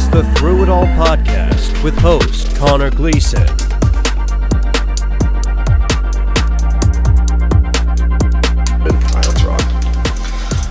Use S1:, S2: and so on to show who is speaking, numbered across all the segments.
S1: It All podcast with host Connor Gleason.
S2: That's wrong.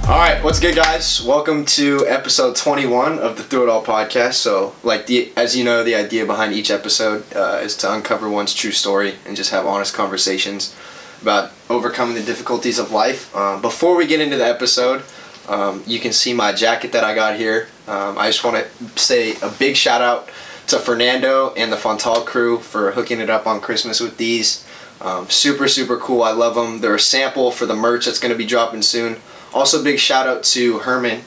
S2: All right, what's good, guys? Welcome to episode 21 of the Through It All podcast. So, like the as you know, the idea behind each episode uh, is to uncover one's true story and just have honest conversations about overcoming the difficulties of life. Um, before we get into the episode, um, you can see my jacket that I got here. Um, I just want to say a big shout out to Fernando and the Fontal crew for hooking it up on Christmas with these. Um, super, super cool. I love them. They're a sample for the merch that's going to be dropping soon. Also, big shout out to Herman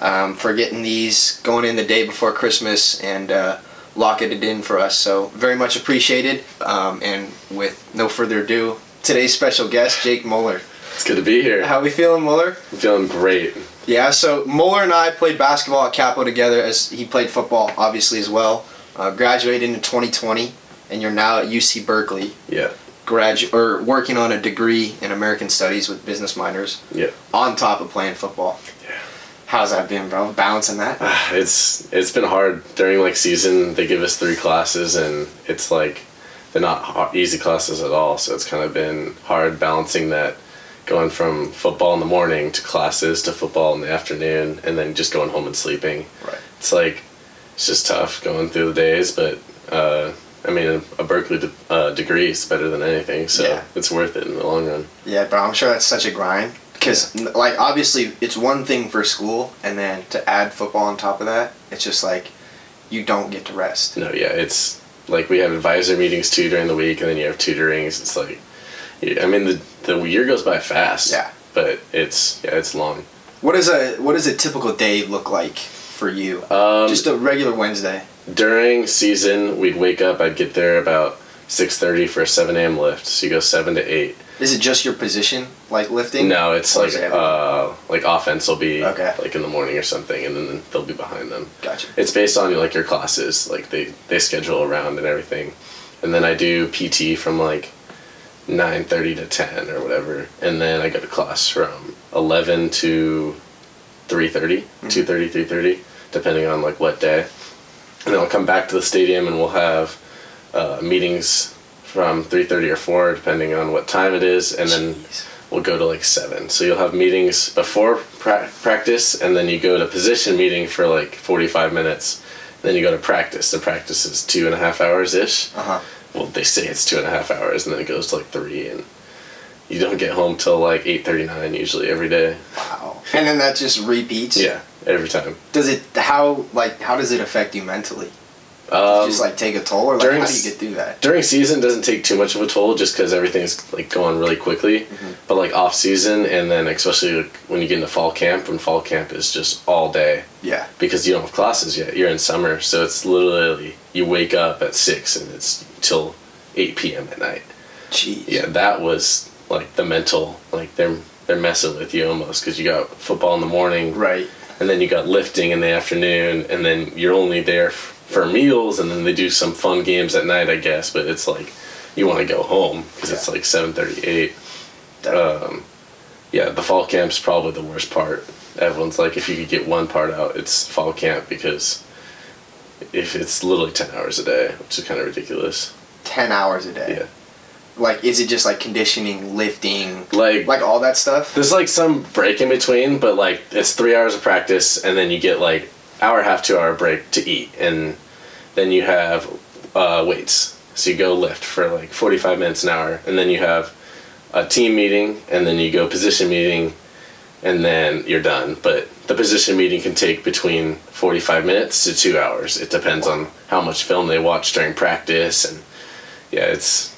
S2: um, for getting these going in the day before Christmas and uh, locking it in for us. So, very much appreciated. Um, and with no further ado, today's special guest, Jake Muller.
S3: It's good to be here.
S2: How we feeling, Muller?
S3: I'm feeling great.
S2: Yeah, so Muller and I played basketball at Capo together as he played football, obviously, as well. Uh, graduated in 2020, and you're now at UC Berkeley,
S3: Yeah,
S2: gradu- or working on a degree in American Studies with business minors,
S3: yeah.
S2: on top of playing football.
S3: Yeah.
S2: How's that been, bro? Balancing that?
S3: It's it's been hard during like season. They give us three classes, and it's like they're not hard, easy classes at all. So it's kind of been hard balancing that, going from football in the morning to classes to football in the afternoon, and then just going home and sleeping.
S2: Right.
S3: It's like it's just tough going through the days, but uh, I mean, a, a Berkeley de- uh, degree is better than anything, so
S2: Yeah.
S3: it's worth it in the long run.
S2: Yeah, bro. I'm sure that's such a grind. Because, like, obviously, it's one thing for school, and then to add football on top of that, it's just like you don't get to rest.
S3: No, yeah, it's like we have advisor meetings too during the week, and then you have tutorings. It's like, I mean, the the year goes by fast.
S2: Yeah.
S3: But it's yeah, it's long.
S2: What is a what does a typical day look like for you?
S3: Um,
S2: Just a regular Wednesday.
S3: during season, we'd wake up. I'd get there about six thirty for a seven a.m. lift. So you go seven to eight.
S2: Is it just your position, like lifting?
S3: No, it's
S2: Or
S3: like
S2: is it everything?
S3: uh, like offense will be
S2: Okay.
S3: like in the morning or something, and then they'll be behind them.
S2: gotcha.
S3: It's based on like your classes, like they they schedule around and everything, and then I do PT from like nine thirty to ten or whatever, and then I go to class from eleven to 3.30, 2.30, 3.30, depending on like what day, and then I'll come back to the stadium and we'll have uh, meetings from three thirty or four, depending on what time it is, and then
S2: Jeez.
S3: we will go to like seven. So you'll have meetings before pra- practice, and then you go to position meeting for like forty-five minutes. Then you go to practice. The practice is two and a half hours ish.
S2: Uh-huh.
S3: Well, they say it's two and a half hours, and then it goes to like three, and you don't get home till like eight thirty-nine usually every day.
S2: Wow. And then that just repeats.
S3: Yeah, every time.
S2: Does it how like how does it affect you mentally? Does it
S3: Um,
S2: just like take a toll, or like
S3: during
S2: how do you
S3: s-
S2: get through that?
S3: during season it doesn't take too much of a toll just because everything's like going really quickly but like off season and then especially like, when you get into fall camp when fall camp is just all day
S2: Yeah.
S3: because you don't have classes yet. You're in summer, so it's literally you wake up at six and it's till eight p.m. at night.
S2: Jeez.
S3: Yeah, that was like the mental, like they're they're messing with you almost because you got football in the morning,
S2: Right.
S3: and then you got lifting in the afternoon, and then you're only there f- for meals, and then they do some fun games at night, I guess. But it's like you want to go home because it's
S2: Yeah.
S3: like seven thirty eight.
S2: That-
S3: Um, yeah, the fall camp's probably the worst part. Everyone's like, if you could get one part out, it's fall camp because if it's literally ten hours a day, which is kind of ridiculous.
S2: Ten hours a day.
S3: Yeah,
S2: Like, is it just like conditioning, lifting,
S3: like,
S2: like all that stuff?
S3: there's like some break in between, but like it's three hours of practice, and then you get like hour and a half, two hour break to eat, and then you have uh, weights. So you go lift for like forty five minutes an hour, and then you have a team meeting, and then you go position meeting, and then you're done. But the position meeting can take between 45 minutes to two hours. It depends on how much film they watch during practice, and yeah, it's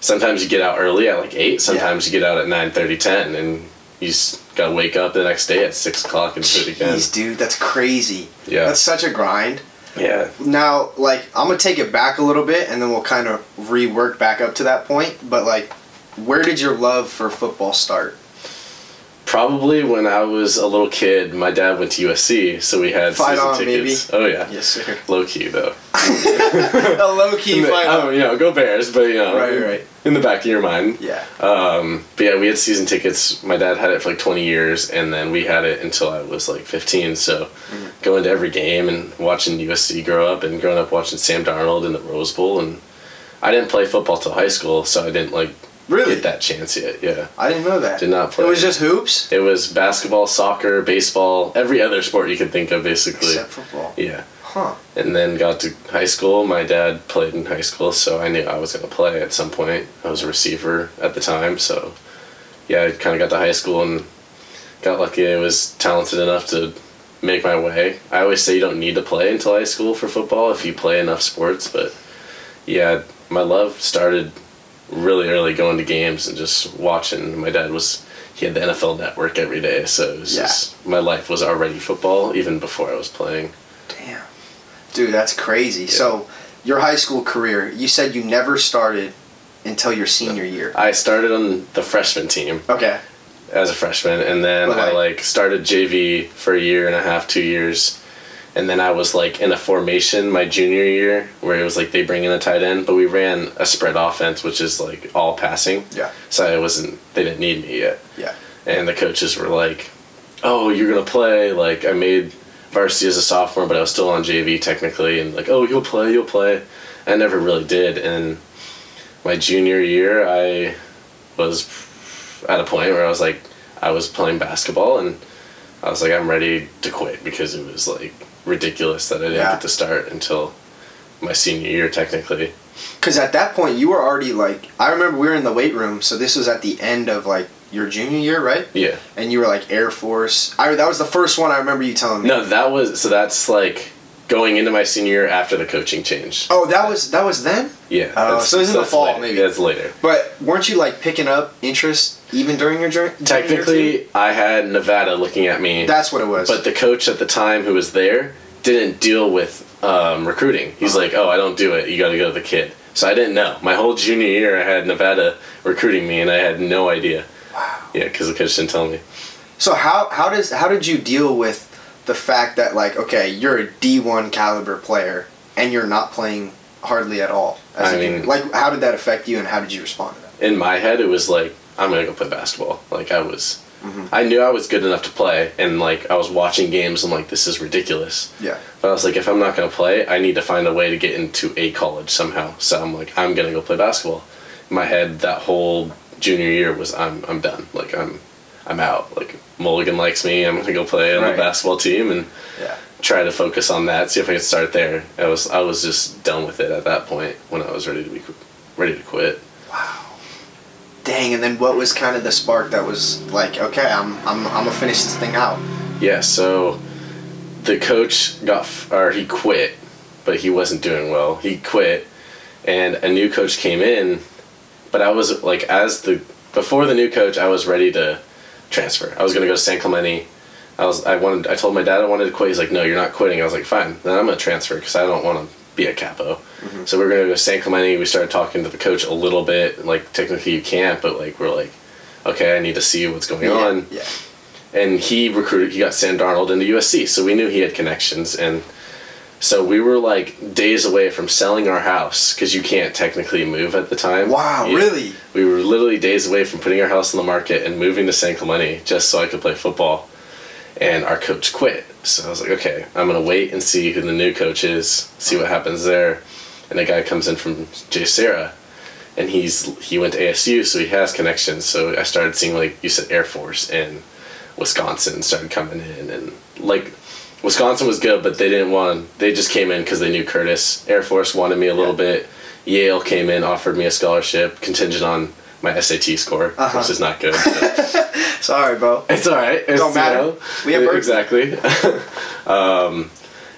S3: sometimes you get out early at like eight, sometimes you get out at 9 10, and you s- gotta wake up the next day at six o'clock and do it again.
S2: Jeez, dude, that's crazy.
S3: Yeah.
S2: That's such a grind.
S3: Yeah,
S2: now like i'm gonna take it back a little bit and then we'll kind of rework back up to that point but like where did your love for football start
S3: Probably when I was a little kid, my dad went to USC, so we had
S2: Fight
S3: season
S2: on,
S3: tickets. Oh yeah,
S2: Yes, sir.
S3: low key though.
S2: a low key fight.
S3: oh, you know, go Bears, but you know,
S2: Right, right.
S3: in the back of your mind.
S2: yeah.
S3: Um, but yeah, we had season tickets. My dad had it for like 20 years, and then we had it until I was like 15. So
S2: Mm-hmm.
S3: going to every game and watching USC grow up and growing up watching Sam Darnold in the Rose Bowl. And I didn't play football till high school, so I didn't like
S2: Really?
S3: get that chance yet. Yeah.
S2: I didn't know that.
S3: Did not play.
S2: It was just hoops.
S3: It was basketball, soccer, baseball, every other sport you could think of, basically.
S2: Except football.
S3: Yeah.
S2: Huh.
S3: And then got to high school. My dad played in high school, so I knew I was going to play at some point. I was a receiver at the time, so yeah, I kind of got to high school and got lucky. I was talented enough to make my way. I always say you don't need to play until high school for football if you play enough sports, but yeah, my love started really early going to games and just watching. My dad was he had the NFL network every day, so it was
S2: Yeah.
S3: just, my life was already football even before I was playing.
S2: Damn. Dude, that's crazy. So, your high school career, you said you never started until your senior year.
S3: I started on the freshman team
S2: Okay.
S3: as a freshman, and then
S2: But,
S3: I
S2: like-
S3: like started JV for a year and a half, two years, and then I was like in a formation my junior year where it was like they bring in a tight end, but we ran a spread offense, which is like all passing.
S2: Yeah.
S3: So I wasn't. They didn't need me yet,
S2: Yeah.
S3: and the coaches were like, "Oh, you're gonna play." Like I made varsity as a sophomore, but I was still on JV technically, and like, "Oh, you'll play, you'll play." I never really did, and my junior year, I was at a point where I was like, I was playing basketball, and I was like, I'm ready to quit because it was like ridiculous that I didn't
S2: Yeah.
S3: get to start until my senior year technically.
S2: Because at that point, you were already like, I remember we were in the weight room, so this was at the end of like your junior year, right?
S3: Yeah.
S2: And you were like Air Force. I that was the first one I remember you telling me.
S3: No, that was so that's like going into my senior year after the coaching change.
S2: Oh, that was that was then.
S3: Yeah.
S2: Oh, so it's in the
S3: that's
S2: fall,
S3: later.
S2: maybe.
S3: That's later.
S2: But weren't you like picking up interest even during your journey?
S3: Technically, I had Nevada looking at me,
S2: that's what it was.
S3: but the coach at the time who was there didn't deal with um, recruiting. He's
S2: Uh-huh.
S3: like, "Oh, I don't do it. You got to go to the kid." So I didn't know. My whole junior year, I had Nevada recruiting me, and I had no idea. Wow. Yeah, because the coach didn't tell me.
S2: So how how does how did you deal with the fact that like okay you're a D one caliber player and you're not playing hardly at all? As
S3: I
S2: a
S3: mean-
S2: junior? like how did that affect you and how did you respond to that?
S3: in my head it was like i'm gonna go play basketball like i was
S2: Mm-hmm.
S3: i knew i was good enough to play and like i was watching games and like this is ridiculous
S2: Yeah,
S3: but i was like if i'm not gonna play i need to find a way to get into a college somehow so i'm like i'm gonna go play basketball in my head that whole junior year was i'm i'm done like i'm i'm out like mulligan likes me i'm gonna go play on
S2: Right.
S3: the basketball team and
S2: yeah,
S3: try to focus on that see if i can start there i was i was just done with it at that point when i was ready to be qu- ready to quit
S2: dang. And then what was kind of the spark that was like okay I'm I'm I'm gonna finish this thing out.
S3: Yeah, so the coach got, f- or he quit, but he wasn't doing well. He quit, and a new coach came in, but I was like, as the, before the new coach, I was ready to transfer. I was going to go to San Clemente. I was, I wanted, I told my dad I wanted to quit. He's like, no, you're not quitting. I was like, fine, then I'm going to transfer because I don't want to be a capo. So we were going to go to San Clemente. We started talking to the coach a little bit. Like, technically you can't, but like, we're like, okay, I need to see what's going on
S2: Yeah, yeah.
S3: and he recruited he got Sam Darnold into USC, so we knew he had connections and so we were like days away from selling our house because you can't technically move at the time.
S2: Wow,
S3: Yeah.
S2: really?
S3: We were literally days away from putting our house on the market and moving to San Clemente just so I could play football. And our coach quit. So I was like, okay, I'm going to wait and see who the new coach is, see what happens there. And a guy comes in from Jay Sarah, and he's he went to ASU, so he has connections. So I started seeing, like you said, Air Force and Wisconsin started coming in. And like, Wisconsin was good, but they didn't want, they just came in because they knew Curtis. Air Force wanted me a little bit. Yale came in, offered me a scholarship contingent on my SAT score,
S2: Uh-huh.
S3: which is not good. but
S2: Sorry, bro.
S3: it's all right. It's,
S2: Don't matter. We have birds.
S3: exactly. um,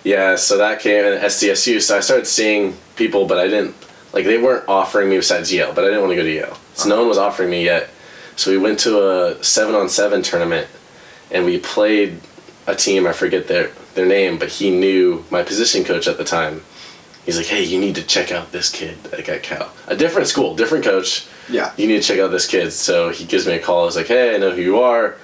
S3: yeah, so that came in SDSU. So I started seeing people, but I didn't like they weren't offering me besides Yale, but I didn't want to go to Yale. So no one was offering me yet. So we went to a seven on seven tournament, and we played a team. I forget their their name, but he knew my position coach at the time. He's like, "Hey, you need to check out this kid like, at Cal, a different school, different coach."
S2: Yeah,
S3: you need to check out this kid. So he gives me a call. He's like, hey, I know who you are.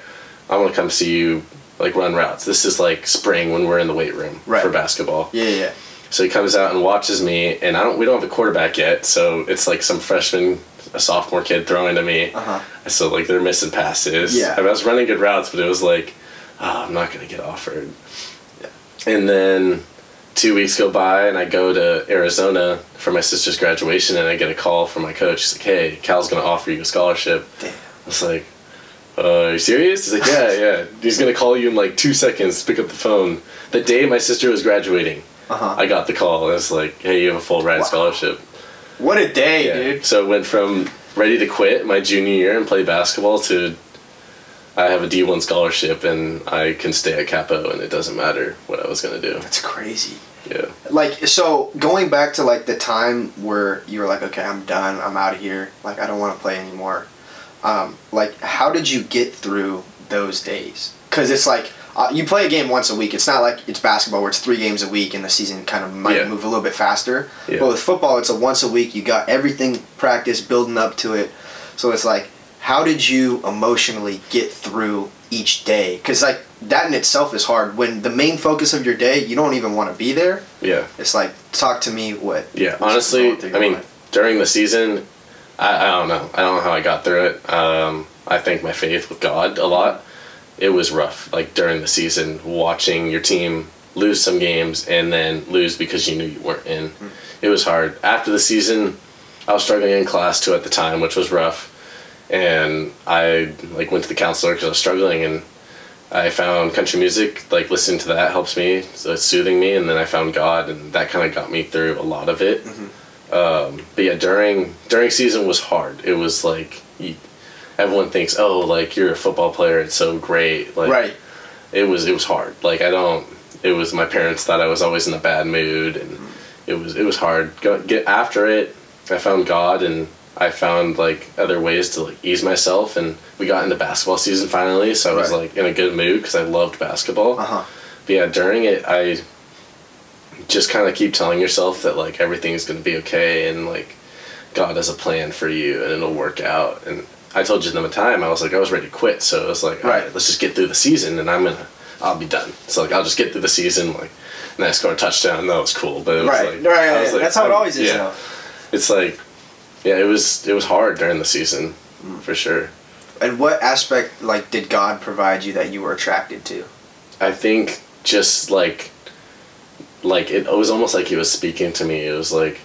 S3: I want to come see you like run routes. This is like spring when we're in the weight room
S2: Right.
S3: for basketball.
S2: Yeah, yeah, yeah.
S3: So he comes out and watches me, and I don't. We don't have a quarterback yet, so it's like some freshman, a sophomore kid throwing to me.
S2: Uh-huh.
S3: So like they're missing passes.
S2: Yeah.
S3: I, mean, I was running good routes, but it was like, oh, I'm not gonna get offered. And then two weeks go by, and I go to Arizona for my sister's graduation, and I get a call from my coach. He's like, Hey, Cal's gonna offer you a scholarship.
S2: Damn.
S3: I was like, uh, are you serious? He's like, yeah, yeah. He's gonna call you in like two seconds. Pick up the phone. The day my sister was graduating,
S2: Uh-huh.
S3: I got the call. And it's like, hey, you have a full ride
S2: Wow.
S3: scholarship.
S2: What a day, dude.
S3: So it went from ready to quit my junior year and play basketball to I have a D one scholarship and I can stay at Capo and it doesn't matter what I was gonna do.
S2: That's crazy.
S3: Yeah.
S2: Like so, going back to like the time where you were like, okay, I'm done. I'm out of here. Like I don't want to play anymore. Um, like how did you get through those days? Because it's like. Uh, you play a game once a week. It's not like it's basketball where it's three games a week and the season kind of might
S3: Yeah.
S2: move a little bit faster.
S3: Yeah.
S2: But with football, it's a once a week. You got everything practiced, building up to it. So it's like, how did you emotionally get through each day? Because like that in itself is hard. When the main focus of your day, you don't even want to be there.
S3: Yeah.
S2: It's like talk to me what.
S3: Yeah,
S2: what's
S3: honestly,
S2: going through your
S3: I mean,
S2: mind.
S3: during the season, I, I don't know. I don't know how I got through it. Um, I thank my faith with God a lot. It was rough, like during the season, watching your team lose some games and then lose because you knew you weren't in. It was hard. After the season, I was struggling in class too at the time, which was rough. And I like went to the counselor because I was struggling, and I found country music. Like listening to that helps me, so it's soothing me. And then I found God, and that kind of got me through a lot of it Um, but yeah, during during season was hard. It was like you, everyone thinks, oh, like you're a football player, it's so great. Like
S2: right.
S3: it was it was hard. Like I don't. It was my parents thought I was always in a bad mood, and it was it was hard. Go, get after it. I found God, and I found like other ways to like ease myself, and we got into basketball season finally. So I was
S2: Right.
S3: like in a good mood because I loved basketball.
S2: Uh huh.
S3: But yeah, during it, I just kind of keep telling yourself that like everything's gonna be okay and like God has a plan for you and it'll work out. And I told you the time I was like I was ready to quit, so I was like, all
S2: Right.
S3: right, let's just get through the season and I'm gonna I'll be done. So like I'll just get through the season like. And I scored a touchdown. That was cool, but it was
S2: Right.
S3: like,
S2: right. right,
S3: I was
S2: right.
S3: like,
S2: That's how it
S3: I'm-
S2: always is.
S3: yeah.
S2: Though.
S3: It's like, yeah, it was it was hard during the season,
S2: Mm.
S3: for sure.
S2: And what aspect like did God provide you that you were attracted to?
S3: I think just like like it, was almost like he was speaking to me. It was like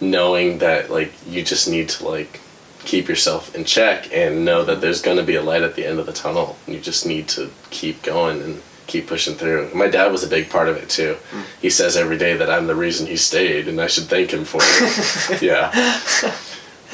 S3: knowing that like you just need to like keep yourself in check and know that there's going to be a light at the end of the tunnel. You just need to keep going and keep pushing through. My dad was a big part of it too. He says every day that I'm the reason he stayed and I should thank him for it. yeah.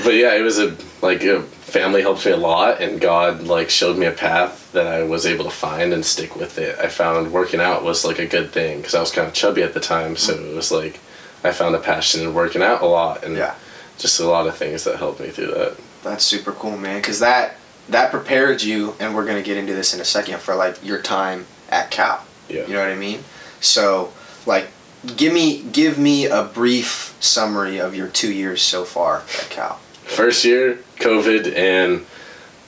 S3: But yeah, it was a like a family helped me a lot and God like showed me a path that I was able to find and stick with it. I found working out was like a good thing cuz I was kind of chubby at the time, so it was like I found a passion in working out a lot and
S2: Yeah.
S3: just a lot of things that helped me through that.
S2: That's super cool, man. Because that that prepared you, and we're gonna get into this in a second for like your time at Cal.
S3: Yeah.
S2: You know what I mean? So, like, give me give me a brief summary of your two years so far at Cal.
S3: First year, COVID, and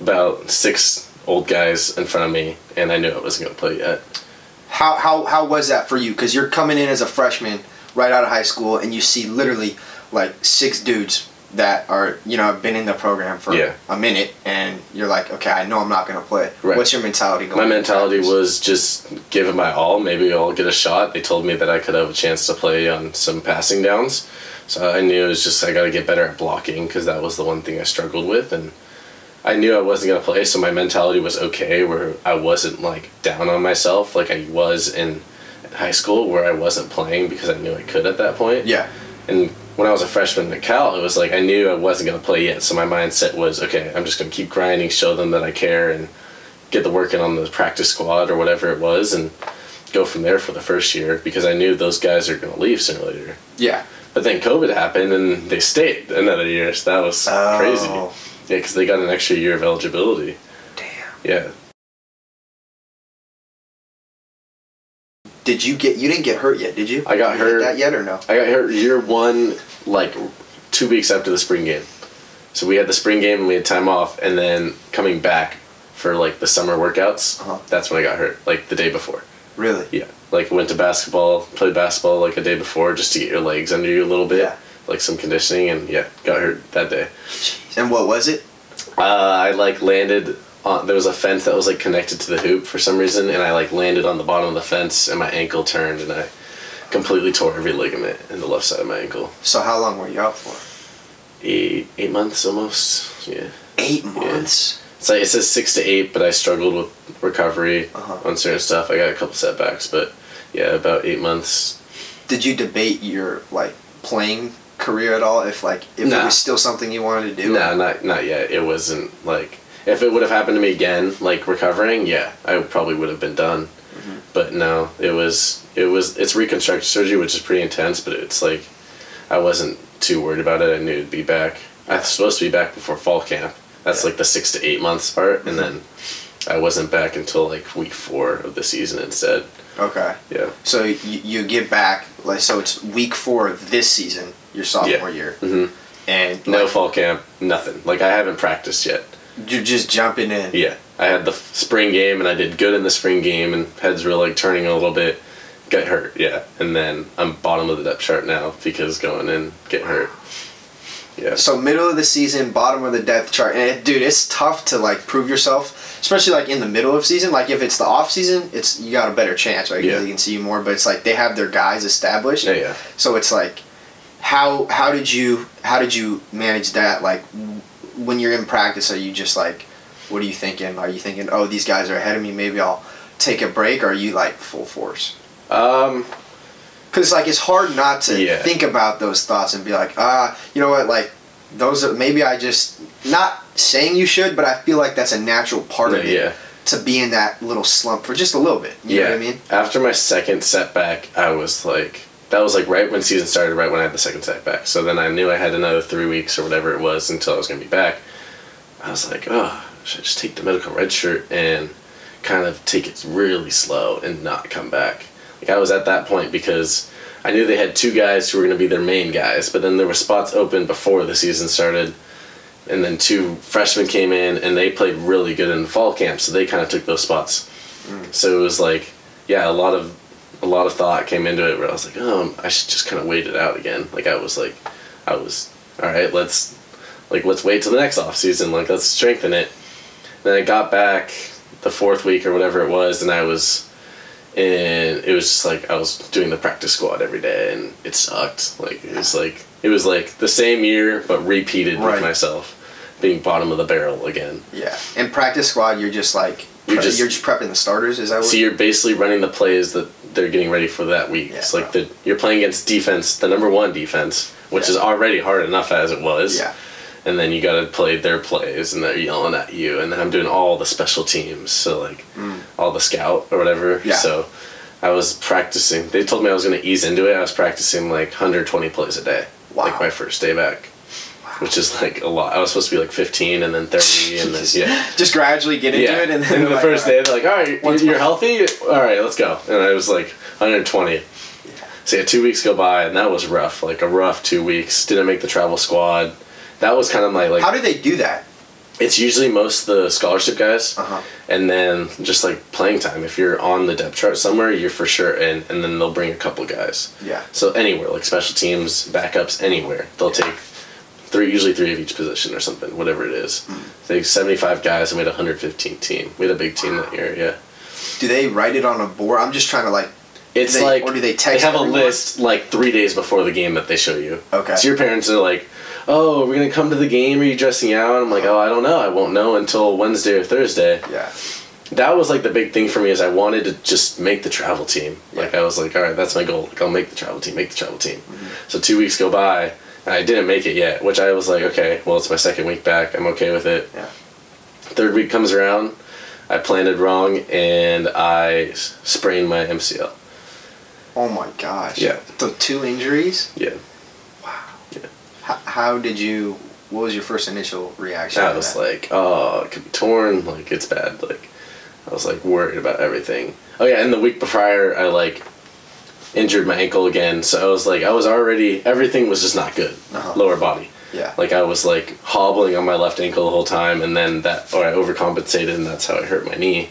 S3: about six old guys in front of me, and I knew I wasn't going to play yet.
S2: How how how was that for you? Because you're coming in as a freshman right out of high school, and you see literally like six dudes that are you know have been in the program for
S3: Yeah.
S2: a minute, and you're like, okay, I know I'm not gonna play.
S3: Right.
S2: What's your mentality going?
S3: My
S2: into
S3: mentality
S2: practice?
S3: was just give it my all. Maybe I'll get a shot. They told me that I could have a chance to play on some passing downs, so I knew it was just I got to get better at blocking because that was the one thing I struggled with, and I knew I wasn't gonna play. So my mentality was okay, where I wasn't like down on myself like I was in high school, where I wasn't playing because I knew I could at that point.
S2: yeah.
S3: And when I was a freshman at Cal, it was like I knew I wasn't going to play yet. So my mindset was, okay, I'm just going to keep grinding, show them that I care, and get the work in on the practice squad or whatever it was, and go from there for the first year because I knew those guys are going to leave sooner or later.
S2: Yeah.
S3: But then COVID happened and they stayed another year. So that was
S2: Oh.
S3: crazy. Yeah, because they got an extra year of eligibility.
S2: Damn.
S3: Yeah.
S2: Did you get? You didn't get hurt yet, did you?
S3: I got
S2: You hit
S3: hurt.
S2: That yet or no?
S3: I got hurt year one, like two weeks after the spring game. So we had the spring game and we had time off, and then coming back for like the summer workouts.
S2: Uh-huh.
S3: That's when I got hurt, like the day before.
S2: Really?
S3: Yeah, like went to basketball, played basketball like a day before just to get your legs under you a little bit,
S2: Yeah.
S3: like some conditioning, and yeah, got hurt that day.
S2: And what was it?
S3: Uh, I like landed on there was a fence that was like connected to the hoop for some reason, and I like landed on the bottom of the fence, and my ankle turned, and I completely tore every ligament in the left side of my ankle.
S2: So how long were you out for?
S3: Eight eight months almost. Yeah,
S2: Eight months.
S3: it's like it says six to eight, but I struggled with recovery
S2: Uh-huh.
S3: on certain stuff. I got a couple setbacks, but yeah, about eight months
S2: Did you debate your like playing career at all? If like if
S3: No.
S2: it was still something you wanted to do?
S3: No, not not yet. It wasn't like if it would have happened to me again, like recovering, yeah, I probably would have been done. But no, it was it was it's reconstructive surgery, which is pretty intense. But it's like I wasn't too worried about it. I knew it'd be back. I was supposed to be back before fall camp. That's like the six to eight months part, and then I wasn't back until like week four of the season instead.
S2: Okay.
S3: Yeah.
S2: So you, you get back like so it's week four of this season, your sophomore year,
S3: hmm
S2: and
S3: No
S2: like,
S3: fall camp, nothing. Like I haven't practiced yet.
S2: you're just jumping in.
S3: Yeah, I had the f- spring game and I did good in the spring game and heads were like turning a little bit. Got hurt, yeah, and then I'm bottom of the depth chart now because going in get hurt. Yeah,
S2: So middle of the season, bottom of the depth chart, and it, dude, it's tough to like prove yourself, especially like in the middle of season. Like if it's the off season, it's you got a better chance, right? 'Cause
S3: Yeah.
S2: They can see you more, but it's like they have their guys established.
S3: yeah, yeah.
S2: So it's like, how how did you how did you manage that? Like w- when you're in practice, are you just like, what are you thinking? Are you thinking, oh, these guys are ahead of me, maybe I'll take a break? Or are you like full force?
S3: Um,
S2: Because like it's hard not to
S3: Yeah.
S2: think about those thoughts and be like, ah, you know what? Like those are maybe I just not saying you should, but I feel like that's a natural part
S3: no,
S2: of it
S3: yeah,
S2: to be in that little slump for just a little bit. You
S3: yeah.
S2: know what I mean?
S3: After my second setback, I was like, that was like right when season started, right when I had the second setback. So then I knew I had another three weeks or whatever it was until I was gonna be back. I was like, oh, should I just take the medical red shirt and kind of take it really slow and not come back? Like I was at that point because I knew they had two guys who were going to be their main guys, but then there were spots open before the season started, and then two freshmen came in and they played really good in the fall camp, so they kind of took those spots. So it was like, yeah, a lot of a lot of thought came into it where I was like, oh, I should just kind of wait it out again. Like I was like, I was all right. Let's like let's wait till the next off season. Like let's strengthen it. Then I got back the fourth week or whatever it was, and I was, and it was just like I was doing the practice squad every day, and it sucked. Like it was like it was like the same year but repeated
S2: Right.
S3: with myself, being bottom of the barrel again.
S2: Yeah. In practice squad, you're just like
S3: You're
S2: pre-
S3: just-
S2: you're just prepping the starters. Is that what?
S3: So you're basically running the plays that they're getting ready for that week. It's
S2: Yeah.
S3: like the, you're playing against defense, the number one defense, which
S2: Yeah.
S3: is already hard enough as it was.
S2: yeah.
S3: And then you got to play their plays, and they're yelling at you. And then I'm doing all the special teams, so like all the scout or whatever.
S2: Mm. Yeah.
S3: So I was practicing. They told me I was going to ease into it. I was practicing like 120 plays a day,
S2: Wow.
S3: like my first day back, which is like a lot. I was supposed to be like 15, and then 30, and then yeah.
S2: Just gradually get into it, and then
S3: And
S2: they're
S3: the
S2: like, uh,
S3: first
S2: "All right."
S3: day, they're like, "All right, you're, you're healthy. All right, let's go." And I was like, "120." So yeah, two weeks go by, and that was rough. Like a rough two weeks. Didn't make the travel squad. That was kind of my like.
S2: How do they do that?
S3: it's usually most the scholarship guys,
S2: Uh-huh.
S3: and then just like playing time. If you're on the depth chart somewhere, you're for sure in, and then they'll bring a couple guys.
S2: Yeah.
S3: So anywhere, like special teams, backups, anywhere, they'll take three, usually three of each position or something, whatever it is.
S2: Hmm.
S3: They seventy five guys, and we had a hundred fifteen team. We had a big team that year, yeah.
S2: Do they write it on a board? I'm just trying to like.
S3: It's
S2: They-
S3: like
S2: or do they text
S3: have
S2: everyone?
S3: a list like three days before the game that they show you.
S2: Okay.
S3: So your parents are like, "Oh, we're gonna come to the game. Are you dressing out?" And I'm like, "Oh, I don't know. I won't know until Wednesday or Thursday."
S2: Yeah.
S3: That was like the big thing for me is I wanted to just make the travel team. Like
S2: Yeah.
S3: I was like, "All right, that's my goal. Like I'll make the travel team. Make the travel team."
S2: Mm-hmm.
S3: So two weeks go by and I didn't make it yet, which I was like, "Okay, well it's my second week back. I'm okay with it."
S2: Yeah.
S3: Third week comes around, I planted wrong and I s- sprained my MCL.
S2: Oh my gosh.
S3: Yeah.
S2: So two injuries.
S3: Yeah.
S2: How, how did you? What was your first initial reaction?
S3: I
S2: to
S3: was
S2: that?
S3: like, oh, it could be torn. Like it's bad. Like I was like worried about everything. Oh yeah, and the week prior, I like injured my ankle again. So I was like, I was already everything was just not good.
S2: Uh-huh.
S3: Lower body.
S2: Yeah.
S3: Like I was like hobbling on my left ankle the whole time, and then that or I overcompensated, and that's how I hurt my knee.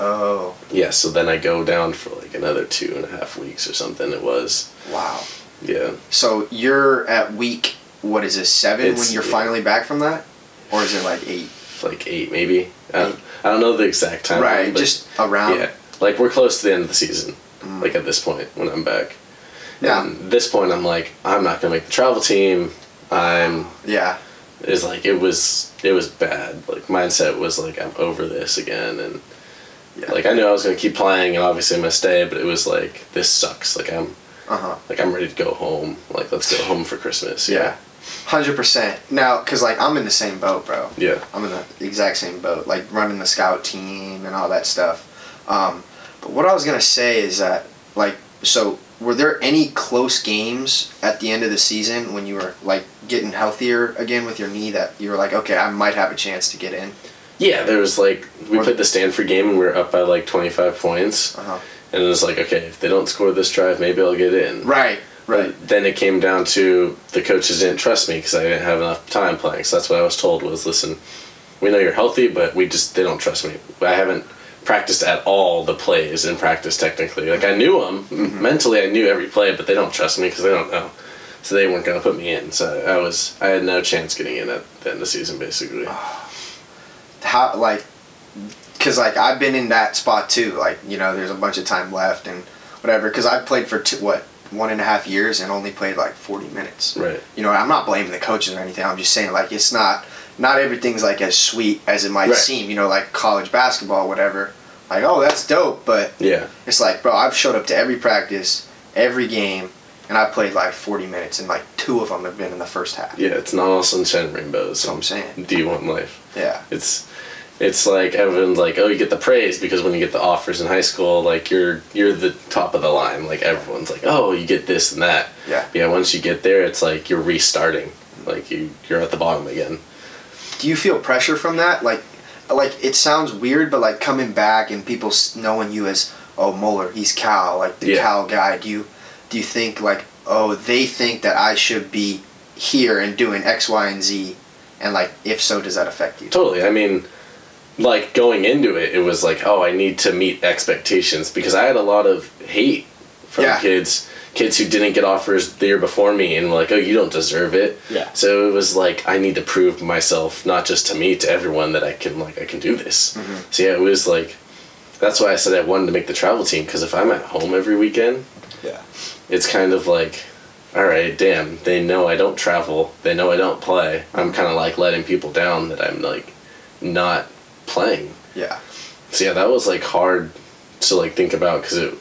S2: Oh,
S3: Yeah. So then I go down for like another two and a half weeks or something. It was.
S2: wow.
S3: Yeah.
S2: So you're at week, what is this, seven
S3: It's-
S2: when you're
S3: yeah.
S2: finally back from that? Or is it like eight?
S3: Like eight maybe. I don't, I don't know the exact time.
S2: right,
S3: but-
S2: just around.
S3: yeah. Like we're close to the end of the season. Like at this point when I'm back.
S2: Mm. Yeah.
S3: And this point I'm like I'm not gonna make the travel team. I'm
S2: Yeah.
S3: is like it was it was bad. Like mindset was like I'm over this again and
S2: Yeah.
S3: like I knew I was gonna keep playing and obviously I'm gonna stay, but it was like this sucks. Like I'm
S2: Uh huh.
S3: like I'm ready to go home. Like let's go home for Christmas.
S2: Yeah. Hundred percent. Now, cause like I'm in the same boat, bro.
S3: Yeah.
S2: I'm in the exact same boat, like running the scout team and all that stuff. Um, but what I was gonna say is that, like, so were there any close games at the end of the season when you were like getting healthier again with your knee that you were like, okay, I might have a chance to get in?
S3: Yeah, there was like we played the Stanford game and we were up by like twenty five points.
S2: Uh huh.
S3: And it was like, okay, if they don't score this drive, maybe I'll get in.
S2: Right. Right.
S3: But then it came down to the coaches didn't trust me because I didn't have enough time playing. So that's what I was told was, listen, we know you're healthy, but we just they don't trust me. I haven't practiced at all the plays in practice technically. Like I knew them
S2: Mm-hmm.
S3: mentally, I knew every play, but they don't trust me because they don't know. So they weren't gonna put me in. So I was I had no chance getting in at the end of the season basically.
S2: how like because like i've been in that spot too like you know there's a bunch of time left and whatever because i've played for two, what one and a half years and only played like 40 minutes
S3: Right.
S2: you know i'm not blaming the coaches or anything i'm just saying like it's not not everything's like as sweet as it might
S3: Right.
S2: seem you know like college basketball whatever like oh that's dope but
S3: Yeah.
S2: it's like bro i've showed up to every practice every game and i played like 40 minutes and like two of them have been in the first half
S3: Yeah, it's not all sunshine and rainbows.
S2: what I'm saying.
S3: D one life.
S2: yeah
S3: It's it's like everyone's like, oh, you get the praise because when you get the offers in high school, like you're you're the top of the line. Like everyone's like, oh, you get this and that.
S2: Yeah.
S3: Yeah. Once you get there, it's like you're restarting. Like you you're at the bottom again.
S2: do you feel pressure from that like like it sounds weird but like coming back and people s- knowing you as oh Moeller he's Cal like the
S3: Yeah.
S2: Cal guy do you do you think like oh they think that I should be here and doing X Y and Z and like if so does that affect you
S3: Totally. I mean, like going into it, it was like, oh, I need to meet expectations because I had a lot of hate from
S2: Yeah.
S3: kids, kids who didn't get offers the year before me, and were like, oh, you don't deserve it.
S2: Yeah.
S3: So it was like I need to prove myself, not just to me, to everyone that I can like I can do this. So yeah, it was like. That's why I said I wanted to make the travel team because if I'm at home every weekend,
S2: yeah
S3: it's kind of like, all right, damn, they know I don't travel. They know I don't play. I'm kind of like letting people down that I'm like not playing.
S2: yeah
S3: So yeah, that was like hard to like think about because it,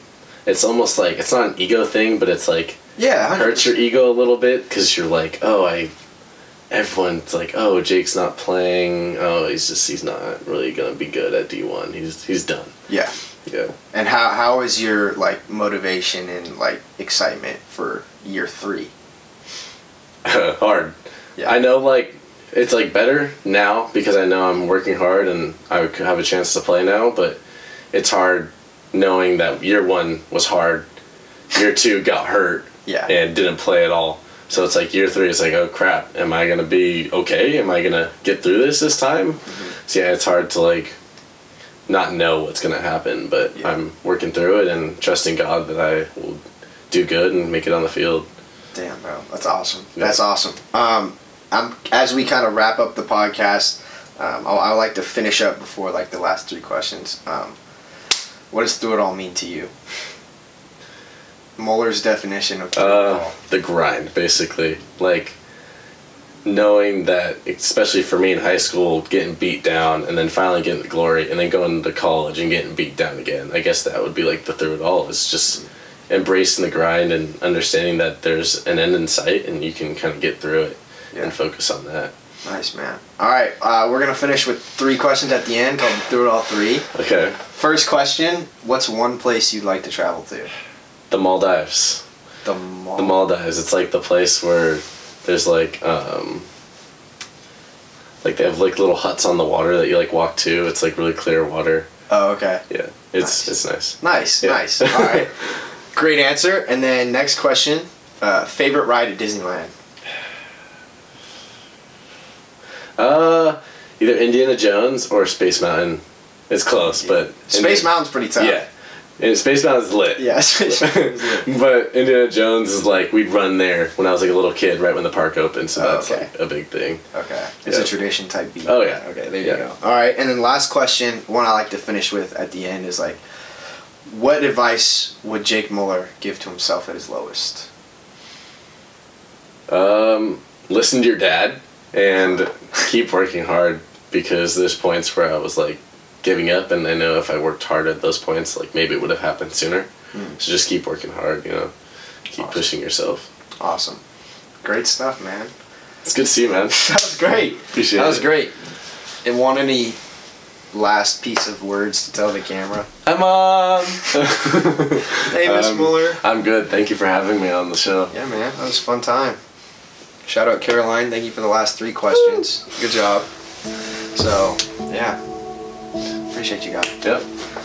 S3: it's almost like it's not an ego thing, but it's like
S2: yeah 100%.
S3: hurts your ego a little bit because you're like, oh, I. Everyone's like, oh, Jake's not playing. Oh, he's just he's not really gonna be good at D one. He's he's done.
S2: yeah
S3: Yeah.
S2: and how how is your like motivation and like excitement for year three
S3: hard.
S2: Yeah.
S3: I know, like, it's like better now because I know I'm working hard and I could have a chance to play now, but it's hard knowing that year one was hard, year two got hurt,
S2: Yeah.
S3: and didn't play at all. So it's like year three is like, oh crap, am I gonna be okay? Am I gonna get through this this time?
S2: Mm-hmm.
S3: So yeah, it's hard to like not know what's gonna happen, but
S2: Yeah.
S3: I'm working through it and trusting God that I will do good and make it on the field.
S2: Damn, bro, that's awesome.
S3: Yeah.
S2: That's awesome. Um, I'm as we kind of wrap up the podcast. Um, I, I like to finish up before like the last three questions. Um, what does through it all mean to you? Mueller's definition of through it
S3: Uh,
S2: all.
S3: the grind, basically. Like, knowing that, especially for me in high school, getting beat down and then finally getting the glory and then going to college and getting beat down again. I guess that would be like the through it all is just embracing the grind and understanding that there's an end in sight and you can kind of get through it
S2: Yeah.
S3: and focus on that.
S2: Nice man. All right, uh, we're gonna finish with three questions at the end called through it all three.
S3: Okay.
S2: First question: What's one place you'd like to travel to?
S3: The Maldives.
S2: The mall.
S3: The Maldives. It's like the place where there's like um like they have like little huts on the water that you like walk to. It's like really clear water.
S2: Oh, okay.
S3: Yeah. It's
S2: Nice.
S3: it's nice.
S2: Nice,
S3: Yeah.
S2: nice. All right. Great answer. And then next question: uh, Favorite ride at Disneyland?
S3: Uh, either Indiana Jones or Space Mountain. It's close, but
S2: Space Mountain's pretty tough.
S3: Yeah, and Space Mountain's lit.
S2: Yeah. Space Mountain's it.
S3: but Indiana Jones is like we'd run there when I was like a little kid, right when the park opened. So
S2: Oh,
S3: that's
S2: okay.
S3: like a big thing.
S2: Okay. It's
S3: Yeah.
S2: a tradition type beat.
S3: Oh, yeah.
S2: Okay, there
S3: Yeah.
S2: you go. All right, and then last question, one I like to finish with at the end is like, what advice would Jake Muller give to himself at his lowest?
S3: Um, listen to your dad and keep working hard because there's points where I was like giving up, and I know if I worked hard at those points, like maybe it would have happened sooner. So just keep working hard, you know, keep
S2: Awesome.
S3: pushing yourself.
S2: Awesome. Great stuff, man.
S3: It's good to see you, man.
S2: That was great.
S3: Appreciate
S2: That was
S3: it.
S2: great. And want any last piece of words to tell the camera?
S3: Hi, mom.
S2: Hey, Miss
S3: Um,
S2: Muller.
S3: I'm good. Thank you for having me on the show.
S2: Yeah, man, that was a fun time. Shout out Caroline. Thank you for the last three questions. Good job. So, yeah, appreciate you guys.
S3: Yep.